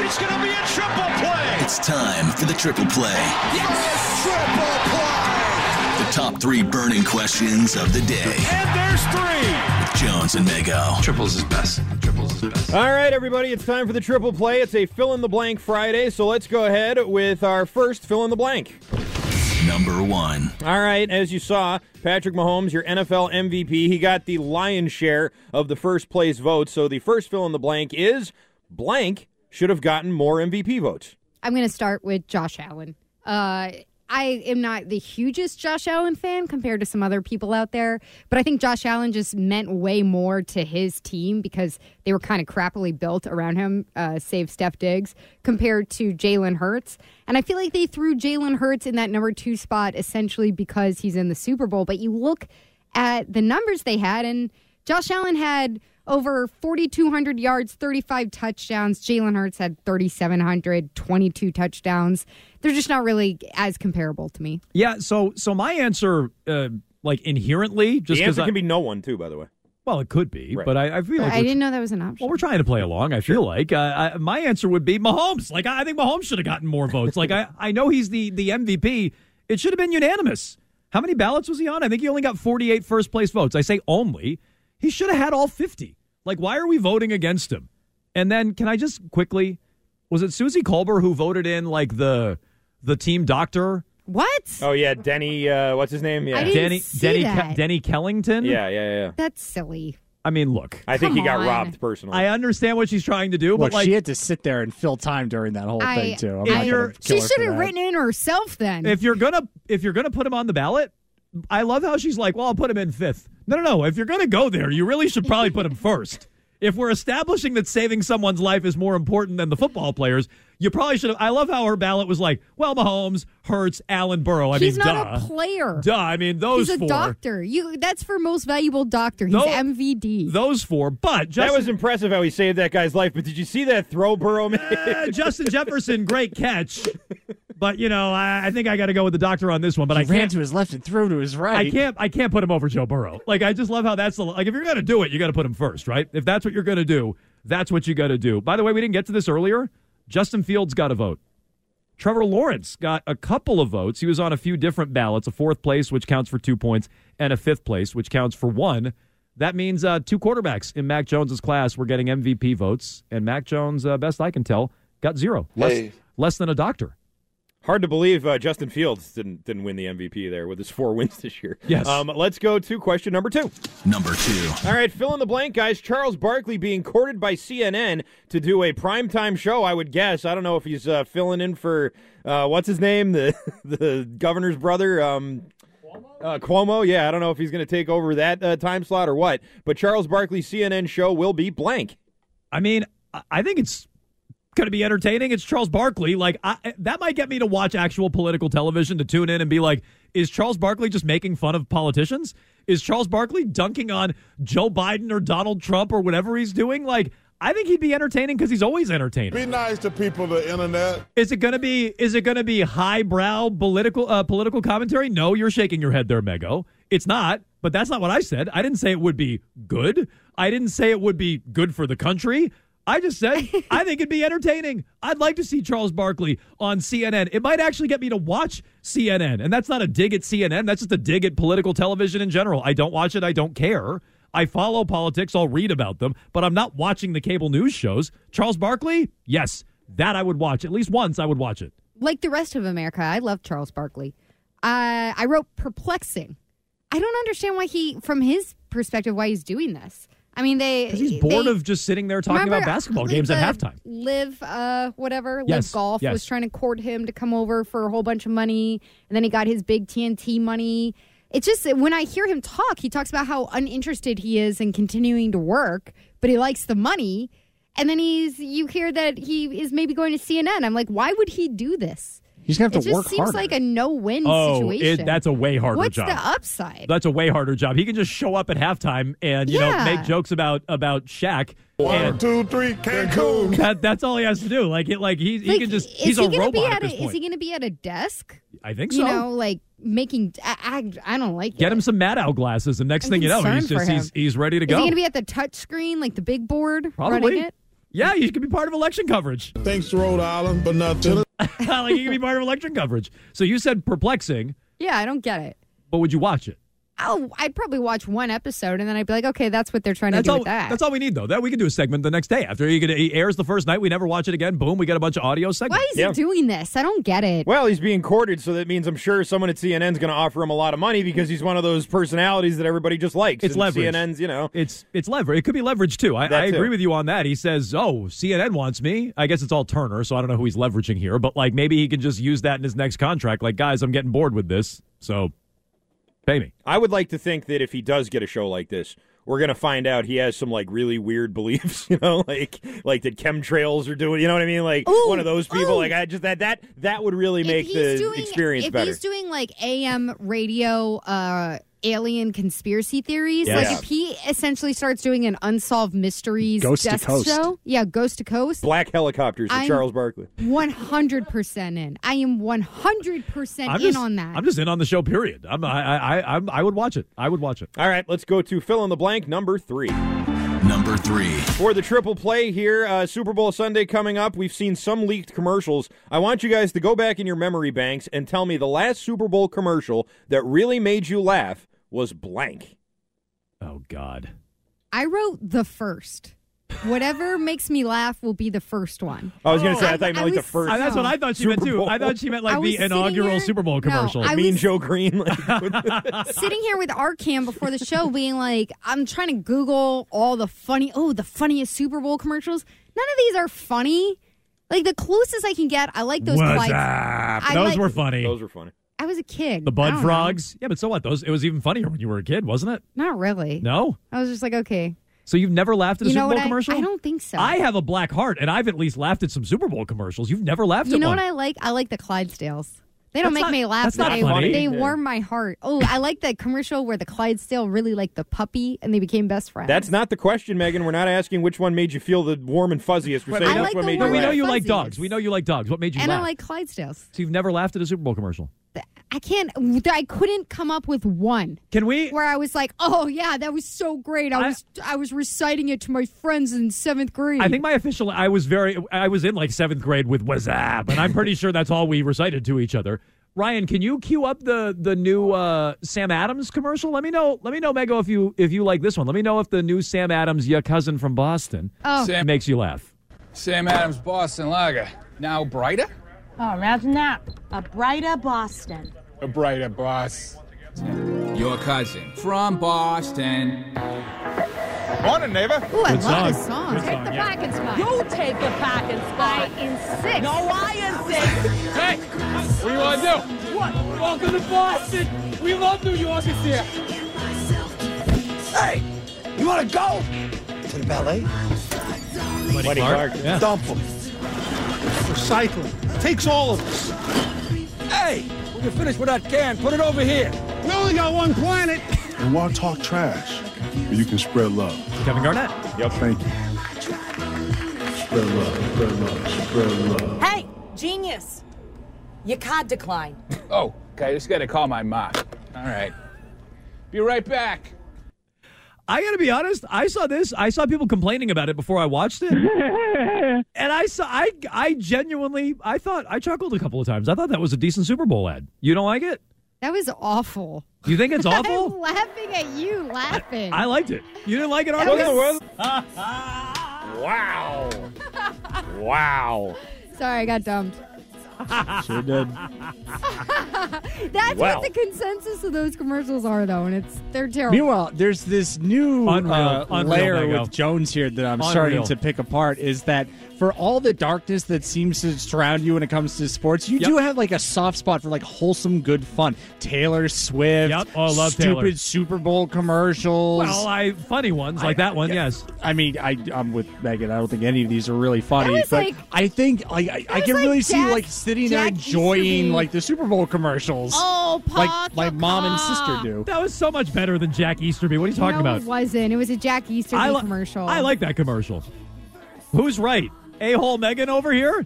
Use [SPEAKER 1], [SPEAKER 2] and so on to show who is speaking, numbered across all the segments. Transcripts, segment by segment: [SPEAKER 1] It's going to be a triple play.
[SPEAKER 2] It's time for the triple play.
[SPEAKER 1] Triple play.
[SPEAKER 2] The top three burning questions of the day.
[SPEAKER 1] And there's three.
[SPEAKER 2] Jones and Mego.
[SPEAKER 3] Triples is best. Triples is best.
[SPEAKER 4] All right, everybody, it's time for the triple play. It's a fill in the blank Friday, so let's go ahead with our first fill in the blank.
[SPEAKER 2] Number one.
[SPEAKER 4] All right, as you saw, Patrick Mahomes, your NFL MVP, he got the lion's share of the first place votes. So the first fill in the blank is blank should have gotten more MVP votes.
[SPEAKER 5] I'm going to start with Josh Allen. Uh, I am not the hugest Josh Allen fan compared to some other people out there, but I think Josh Allen just meant way more to his team because they were kind of crappily built around him, uh, save Steph Diggs, compared to Jalen Hurts. And I feel like they threw Jalen Hurts in that number two spot essentially because he's in the Super Bowl. But you look at the numbers they had, and Josh Allen had over 4,200 yards, 35 touchdowns. Jalen Hurts had 3,700, 22 touchdowns. They're just not really as comparable to me.
[SPEAKER 6] Yeah. So so my answer, uh, like inherently, just
[SPEAKER 4] The
[SPEAKER 6] because
[SPEAKER 4] answer can be no one, too, by the way.
[SPEAKER 6] well, it could be,
[SPEAKER 4] Right.
[SPEAKER 6] but I, I feel like
[SPEAKER 5] I
[SPEAKER 6] we're-
[SPEAKER 5] didn't know that was an
[SPEAKER 6] Well,
[SPEAKER 5] option.
[SPEAKER 6] we're trying to play along. I feel like uh, I, my answer would be Mahomes. Like I, I think Mahomes should have gotten more votes. Like I, I know he's the the MVP. It should have been unanimous. How many ballots was he on? I think he only got 48 first place votes. I say only. He should have had all 50. Like why are we voting against him? And then can I just quickly? Was it Susie Colbert who voted in like the the team doctor?
[SPEAKER 5] What?
[SPEAKER 4] Oh, yeah, Denny, uh, what's his name? Yeah.
[SPEAKER 5] I didn't-
[SPEAKER 6] Denny
[SPEAKER 5] see
[SPEAKER 6] Denny
[SPEAKER 5] that.
[SPEAKER 6] Ke- Denny Kellington.
[SPEAKER 4] yeah, yeah, yeah.
[SPEAKER 5] That's silly.
[SPEAKER 6] I mean, look,
[SPEAKER 4] I think
[SPEAKER 5] Come
[SPEAKER 4] he got
[SPEAKER 5] on.
[SPEAKER 4] robbed personally.
[SPEAKER 6] I understand what she's trying to do, but
[SPEAKER 7] Look,
[SPEAKER 6] like
[SPEAKER 7] she had to sit there and fill time during that whole
[SPEAKER 5] I-
[SPEAKER 7] thing too. I'm
[SPEAKER 6] If
[SPEAKER 7] not
[SPEAKER 6] you're-
[SPEAKER 7] gonna kill
[SPEAKER 5] She
[SPEAKER 7] her
[SPEAKER 5] should
[SPEAKER 7] for
[SPEAKER 5] have
[SPEAKER 7] that.
[SPEAKER 5] written in herself then.
[SPEAKER 6] if you're gonna if you're gonna put him on the ballot, I love how she's like, "Well, I'll put him in fifth. No, no, no. If you're gonna go there, you really should probably put him first. If we're establishing that saving someone's life is more important than the football players, you probably should have. I love how her ballot was like, "Well, Mahomes, Hurts, Allen, Burrow. I
[SPEAKER 5] He's
[SPEAKER 6] mean,
[SPEAKER 5] not
[SPEAKER 6] duh,
[SPEAKER 5] a player.
[SPEAKER 6] duh. I mean, those
[SPEAKER 5] He's a
[SPEAKER 6] four,
[SPEAKER 5] doctor. You that's for most valuable doctor. He's
[SPEAKER 6] Tho-
[SPEAKER 5] MVD.
[SPEAKER 6] those four. But
[SPEAKER 4] that
[SPEAKER 6] Justin,
[SPEAKER 4] was impressive how he saved that guy's life, but did you see that throw Burrow made?
[SPEAKER 6] Eh, Justin Jefferson, great catch. But you know, I, I think I got to go with the doctor on this one. But I
[SPEAKER 7] He ran
[SPEAKER 6] can't.
[SPEAKER 7] to his left and threw to his right.
[SPEAKER 6] I can't I can't put him over Joe Burrow. Like I just love how that's the like if you're gonna do it, you gotta put him first, right? If that's what you're gonna do, that's what you gotta do. By the way, we didn't get to this earlier. Justin Fields got a vote. Trevor Lawrence got a couple of votes. He was on a few different ballots, a fourth place, which counts for two points, and a fifth place, which counts for one. That means uh, two quarterbacks in Mac Jones's class were getting MVP votes, and Mac Jones, uh, best I can tell, got zero. Less,
[SPEAKER 3] Hey.
[SPEAKER 6] less than a doctor.
[SPEAKER 4] Hard to believe uh, Justin Fields didn't didn't win the MVP there with his four wins this year.
[SPEAKER 6] Yes.
[SPEAKER 4] Um, let's go to question number two.
[SPEAKER 2] Number two.
[SPEAKER 4] All right, fill in the blank, guys. Charles Barkley being courted by CNN to do a primetime show. I would guess. I don't know if he's uh, filling in for uh, what's his name, the the governor's brother. Um, uh, Cuomo, yeah, I don't know if he's going to take over that uh, time slot or what, but Charles Barkley's CNN show will be blank.
[SPEAKER 6] I mean, I- I think it's going to be entertaining. It's Charles Barkley. Like I, that might get me to watch actual political television to tune in and be like, is Charles Barkley just making fun of politicians? Is Charles Barkley dunking on Joe Biden or Donald Trump or whatever he's doing? Like, I think he'd be entertaining because he's always entertaining.
[SPEAKER 8] Be nice to people, the internet.
[SPEAKER 6] Is it gonna be? Is it gonna be highbrow political uh, political commentary? No, you're shaking your head there, Mego. It's not. But that's not what I said. I didn't say it would be good. I didn't say it would be good for the country. I just said I think it'd be entertaining. I'd like to see Charles Barkley on CNN. It might actually get me to watch CNN, and that's not a dig at CNN. That's just a dig at political television in general. I don't watch it. I don't care. I follow politics. I'll read about them, but I'm not watching the cable news shows. Charles Barkley, yes, that I would watch at least once. I would watch it.
[SPEAKER 5] like the rest of America, I love Charles Barkley. Uh, I wrote perplexing. I don't understand why he, from his perspective, why he's doing this. I mean, they
[SPEAKER 6] Because he's bored
[SPEAKER 5] they-
[SPEAKER 6] of just sitting there talking
[SPEAKER 5] remember, uh,
[SPEAKER 6] about basketball
[SPEAKER 5] like
[SPEAKER 6] games at
[SPEAKER 5] the
[SPEAKER 6] halftime.
[SPEAKER 5] Live, uh, whatever.
[SPEAKER 6] Yes,
[SPEAKER 5] Live Golf
[SPEAKER 6] yes.
[SPEAKER 5] was trying to court him to come over for a whole bunch of money, and then he got his big TNT money. It's just that when I hear him talk, he talks about how uninterested he is in continuing to work, but he likes the money. and then he's you hear that he is maybe going to CNN. I'm like, why would he do this?
[SPEAKER 7] He's gonna have
[SPEAKER 5] It
[SPEAKER 7] to
[SPEAKER 5] just
[SPEAKER 7] work
[SPEAKER 5] seems
[SPEAKER 7] harder.
[SPEAKER 5] like a no-win
[SPEAKER 6] Oh,
[SPEAKER 5] situation.
[SPEAKER 6] it, that's a way harder
[SPEAKER 5] What's
[SPEAKER 6] job.
[SPEAKER 5] the upside?
[SPEAKER 6] that's a way harder job. He can just show up at halftime and you
[SPEAKER 5] Yeah.
[SPEAKER 6] know make jokes about about Shaq.
[SPEAKER 8] One,
[SPEAKER 6] and
[SPEAKER 8] two, three, Cancun.
[SPEAKER 6] that, that's all he has to do. Like it, like he, he
[SPEAKER 5] Like,
[SPEAKER 6] can just
[SPEAKER 5] is
[SPEAKER 6] he's
[SPEAKER 5] he
[SPEAKER 6] a
[SPEAKER 5] gonna
[SPEAKER 6] robot
[SPEAKER 5] Be
[SPEAKER 6] at,
[SPEAKER 5] at,
[SPEAKER 6] this
[SPEAKER 5] a,
[SPEAKER 6] point.
[SPEAKER 5] Is he going to be at a desk?
[SPEAKER 6] I think so.
[SPEAKER 5] You know, like making. I, I, I don't like
[SPEAKER 6] Get
[SPEAKER 5] it.
[SPEAKER 6] him some Maddow glasses, and next
[SPEAKER 5] I'm
[SPEAKER 6] thing you know, he's
[SPEAKER 5] concerned for
[SPEAKER 6] just
[SPEAKER 5] him.
[SPEAKER 6] he's he's ready to
[SPEAKER 5] Is
[SPEAKER 6] go.
[SPEAKER 5] he going to be at the touch screen, like the big board,
[SPEAKER 6] Probably.
[SPEAKER 5] running it?
[SPEAKER 6] yeah, he could be part of election coverage.
[SPEAKER 8] Thanks to Rhode Island, but not Tennessee.
[SPEAKER 6] like he could be part of election coverage. So you said perplexing,
[SPEAKER 5] Yeah, I don't get it.
[SPEAKER 6] but would you watch it?
[SPEAKER 5] Oh, I'd probably watch one episode and then I'd be like, okay, that's what they're trying
[SPEAKER 6] That's
[SPEAKER 5] to do
[SPEAKER 6] all.
[SPEAKER 5] with that.
[SPEAKER 6] That's all we need, though. That we can do a segment the next day after he, could, he airs the first night. We never watch it again. Boom, we get a bunch of audio segments.
[SPEAKER 5] Why is
[SPEAKER 4] Yeah.
[SPEAKER 5] he doing this? I don't get it.
[SPEAKER 4] Well, he's being courted, so that means I'm sure someone at CNN's going to offer him a lot of money because he's one of those personalities that everybody just likes.
[SPEAKER 6] It's
[SPEAKER 4] And
[SPEAKER 6] leverage.
[SPEAKER 4] CNN's, you know.
[SPEAKER 6] It's it's leverage. It could be leverage too. I,
[SPEAKER 4] That
[SPEAKER 6] I agree
[SPEAKER 4] too.
[SPEAKER 6] with you on that. He says, "Oh, CNN wants me." I guess it's all Turner, so I don't know who he's leveraging here. But like maybe he can just use that in his next contract. Like, guys, I'm getting bored with this, so pay me.
[SPEAKER 4] I would like to think that if he does get a show like this, we're gonna find out he has some like really weird beliefs, you know, like like that chemtrails are doing, you know what I mean, like
[SPEAKER 5] Ooh,
[SPEAKER 4] one of those people.
[SPEAKER 5] ooh.
[SPEAKER 4] Like I just that that that would really make
[SPEAKER 5] if he's
[SPEAKER 4] the
[SPEAKER 5] doing,
[SPEAKER 4] experience
[SPEAKER 5] if
[SPEAKER 4] better.
[SPEAKER 5] he's doing like AM radio uh alien conspiracy theories,
[SPEAKER 4] Yes.
[SPEAKER 5] like if he essentially starts doing an unsolved mysteries
[SPEAKER 7] Ghost to
[SPEAKER 5] desk
[SPEAKER 7] coast.
[SPEAKER 5] show, yeah, ghost to coast.
[SPEAKER 4] Black helicopters with
[SPEAKER 5] I'm-
[SPEAKER 4] Charles Barkley.
[SPEAKER 5] One hundred percent in. I am one hundred percent in
[SPEAKER 6] I'm just
[SPEAKER 5] on that.
[SPEAKER 6] I'm just in on the show. Period. I'm I I I, I'm, I would watch it. I would watch it.
[SPEAKER 4] All right, let's go to fill in the blank number three.
[SPEAKER 2] Number three.
[SPEAKER 4] For the triple play here, uh, Super Bowl Sunday coming up, we've seen some leaked commercials. I want you guys to go back in your memory banks and tell me the last Super Bowl commercial that really made you laugh was blank.
[SPEAKER 6] Oh God.
[SPEAKER 5] I wrote the first. Whatever makes me laugh will be the first one.
[SPEAKER 4] I was going to say, I
[SPEAKER 5] I-
[SPEAKER 4] thought you meant
[SPEAKER 5] Oh, I
[SPEAKER 4] like the
[SPEAKER 5] was-
[SPEAKER 4] first.
[SPEAKER 6] I- that's what I thought she meant
[SPEAKER 4] Super
[SPEAKER 6] too. I
[SPEAKER 4] Bowl.
[SPEAKER 6] thought she meant
[SPEAKER 5] I
[SPEAKER 6] like
[SPEAKER 5] was
[SPEAKER 6] the
[SPEAKER 5] sitting
[SPEAKER 6] inaugural
[SPEAKER 5] here-
[SPEAKER 6] Super Bowl
[SPEAKER 5] No,
[SPEAKER 6] commercial.
[SPEAKER 5] I
[SPEAKER 4] Me and
[SPEAKER 5] was-
[SPEAKER 4] Joe Green. Like,
[SPEAKER 5] sitting here with our cam before the show being like, I'm trying to Google all the funny, oh, the funniest Super Bowl commercials. None of these are funny. Like the closest I can get, I like those
[SPEAKER 6] What's
[SPEAKER 5] plights.
[SPEAKER 6] up?
[SPEAKER 5] I
[SPEAKER 6] Those
[SPEAKER 5] like-
[SPEAKER 6] were funny.
[SPEAKER 4] those were funny.
[SPEAKER 5] I was a kid.
[SPEAKER 6] the
[SPEAKER 5] I
[SPEAKER 6] Bud
[SPEAKER 5] don't
[SPEAKER 6] Frogs. Yeah, but so what? Those it was even funnier when you were a kid, wasn't it?
[SPEAKER 5] know. Not really.
[SPEAKER 6] No.
[SPEAKER 5] I was just like, okay.
[SPEAKER 6] So you've never laughed at a
[SPEAKER 5] You
[SPEAKER 6] Super
[SPEAKER 5] know
[SPEAKER 6] Bowl
[SPEAKER 5] what? I,
[SPEAKER 6] commercial?
[SPEAKER 5] I don't think so.
[SPEAKER 6] I have a black heart, and I've at least laughed at some Super Bowl commercials. You've never laughed
[SPEAKER 5] you
[SPEAKER 6] at
[SPEAKER 5] know
[SPEAKER 6] one.
[SPEAKER 5] what I like? I like the Clydesdales. They don't
[SPEAKER 6] That's not-
[SPEAKER 5] make me laugh.
[SPEAKER 6] that's
[SPEAKER 5] but
[SPEAKER 6] not
[SPEAKER 5] they,
[SPEAKER 6] funny.
[SPEAKER 5] they
[SPEAKER 4] Yeah.
[SPEAKER 5] warm my heart. Oh, I like that commercial where the Clydesdale really liked the puppy and they became best friends.
[SPEAKER 4] That's not the question, Megan. We're not asking which one made you feel the warm and fuzziest. We're
[SPEAKER 6] But
[SPEAKER 4] saying
[SPEAKER 5] I
[SPEAKER 4] which
[SPEAKER 5] like
[SPEAKER 4] one
[SPEAKER 5] the
[SPEAKER 4] made
[SPEAKER 6] But
[SPEAKER 4] you
[SPEAKER 5] warm
[SPEAKER 6] we
[SPEAKER 4] laugh.
[SPEAKER 6] know you
[SPEAKER 5] fuzzies.
[SPEAKER 6] like dogs. We know you like dogs. What made you
[SPEAKER 5] and
[SPEAKER 6] laugh?
[SPEAKER 5] I like Clydesdales.
[SPEAKER 6] so you've never laughed at a Super Bowl commercial.
[SPEAKER 5] I can't. I couldn't come up with one
[SPEAKER 6] Can we?
[SPEAKER 5] where I was like, "Oh yeah, that was so great." I,
[SPEAKER 6] I-
[SPEAKER 5] was I was reciting it to my friends in seventh grade.
[SPEAKER 6] I think my official. I was very. I was in like seventh grade with "What's Up," and I'm pretty sure that's all we recited to each other. Ryan, can you cue up the the new uh, Sam Adams commercial? Let me know. Let me know, Mego, if you if you like this one. Let me know if the new Sam Adams, your cousin from Boston,
[SPEAKER 5] Oh.
[SPEAKER 6] Sam- makes you laugh.
[SPEAKER 9] Sam Adams Boston Lager. Now brighter?
[SPEAKER 10] Oh, imagine that. A brighter Boston.
[SPEAKER 9] A brighter boss. Your cousin from Boston.
[SPEAKER 1] Morning, neighbor.
[SPEAKER 5] Ooh, I love
[SPEAKER 6] song.
[SPEAKER 5] this song.
[SPEAKER 6] Good song, yeah.
[SPEAKER 5] pocket spot.
[SPEAKER 10] You take the parking spot.
[SPEAKER 5] insist.
[SPEAKER 10] No, I insist.
[SPEAKER 9] Hey! What do you want to do? What? Welcome to Boston! We love New Yorkers here! Hey! You want to go?
[SPEAKER 3] To the ballet?
[SPEAKER 4] Buddy Clark.
[SPEAKER 6] Yeah.
[SPEAKER 3] Dump them. Recycling. Takes all of us.
[SPEAKER 9] Hey! When you finish with that can, put it over here.
[SPEAKER 3] We only got one planet.
[SPEAKER 8] You want to talk trash? You can spread love.
[SPEAKER 6] Kevin Garnett.
[SPEAKER 8] Thank you. Spread love, spread love, spread love.
[SPEAKER 10] Hey, genius. Your card declined.
[SPEAKER 9] Oh, okay, I just gotta call my mom. All right. Be right back.
[SPEAKER 6] I gotta be honest. I saw this. I saw people complaining about it before I watched it, and I saw. I I genuinely. I thought I chuckled a couple of times. I thought that was a decent Super Bowl ad. You don't like it?
[SPEAKER 5] That was awful.
[SPEAKER 6] You think it's
[SPEAKER 5] I'm
[SPEAKER 6] awful?
[SPEAKER 5] laughing at you laughing.
[SPEAKER 6] I liked it. You didn't like it,
[SPEAKER 5] That
[SPEAKER 6] Arnold?
[SPEAKER 5] was-
[SPEAKER 4] Wow. wow.
[SPEAKER 5] Sorry, I got dumped.
[SPEAKER 7] Sure did.
[SPEAKER 5] That's
[SPEAKER 4] Wow.
[SPEAKER 5] what the consensus of those commercials are, though, and it's they're terrible.
[SPEAKER 7] Meanwhile, there's this new
[SPEAKER 6] Unreal.
[SPEAKER 7] uh,
[SPEAKER 6] Unreal,
[SPEAKER 7] layer
[SPEAKER 6] Mango.
[SPEAKER 7] with Jones here that I'm
[SPEAKER 6] Unreal.
[SPEAKER 7] starting to pick apart. Is that
[SPEAKER 11] for all the darkness that seems to surround you when it comes to sports, you
[SPEAKER 6] Yep.
[SPEAKER 11] do have like a soft spot for like wholesome, good fun. Taylor Swift,
[SPEAKER 6] Yep. Oh, I love
[SPEAKER 11] stupid
[SPEAKER 6] Taylor.
[SPEAKER 11] Super Bowl commercials.
[SPEAKER 6] Well, I funny ones like that one. yes.
[SPEAKER 11] I mean, I I'm with Megan. I don't think any of these are really funny,
[SPEAKER 6] That was
[SPEAKER 11] but
[SPEAKER 6] like-
[SPEAKER 11] I think like I, I
[SPEAKER 6] was
[SPEAKER 11] can
[SPEAKER 6] like
[SPEAKER 11] really see
[SPEAKER 6] Jack-
[SPEAKER 11] like sitting there
[SPEAKER 6] Jack used to
[SPEAKER 11] enjoying
[SPEAKER 6] be-
[SPEAKER 11] like the Super Bowl commercials.
[SPEAKER 5] Oh,
[SPEAKER 11] like my mom and sister do.
[SPEAKER 6] That was so much better than Jack Easterby. What are you talking
[SPEAKER 5] no,
[SPEAKER 6] about?
[SPEAKER 5] it wasn't. It was a Jack Easterby
[SPEAKER 6] I li-
[SPEAKER 5] commercial.
[SPEAKER 6] I like that commercial. Who's right? A hole Megan over here?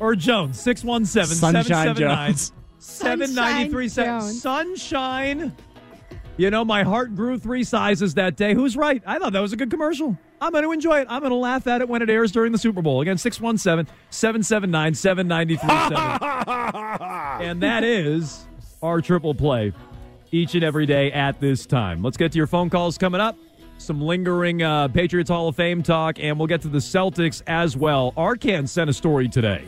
[SPEAKER 6] or Jones? 617
[SPEAKER 11] Sunshine
[SPEAKER 6] 779
[SPEAKER 11] Jones.
[SPEAKER 6] 7937.
[SPEAKER 5] Sunshine Jones.
[SPEAKER 6] Sunshine. You know, my heart grew three sizes that day. Who's right? I thought that was a good commercial. I'm going to enjoy it. I'm going to laugh at it when it airs during the Super Bowl. Again, 617 779 7937. And that is our triple play each and every day at this time. Let's get to your phone calls coming up. Some lingering uh, Patriots Hall of Fame talk, and we'll get to the Celtics as well. Arcan sent a story today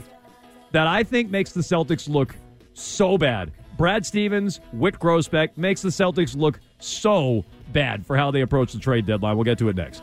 [SPEAKER 6] that I think makes the Celtics look so bad. Brad Stevens, Whit Grosbeck makes the Celtics look so bad for how they approach the trade deadline. We'll get to it next.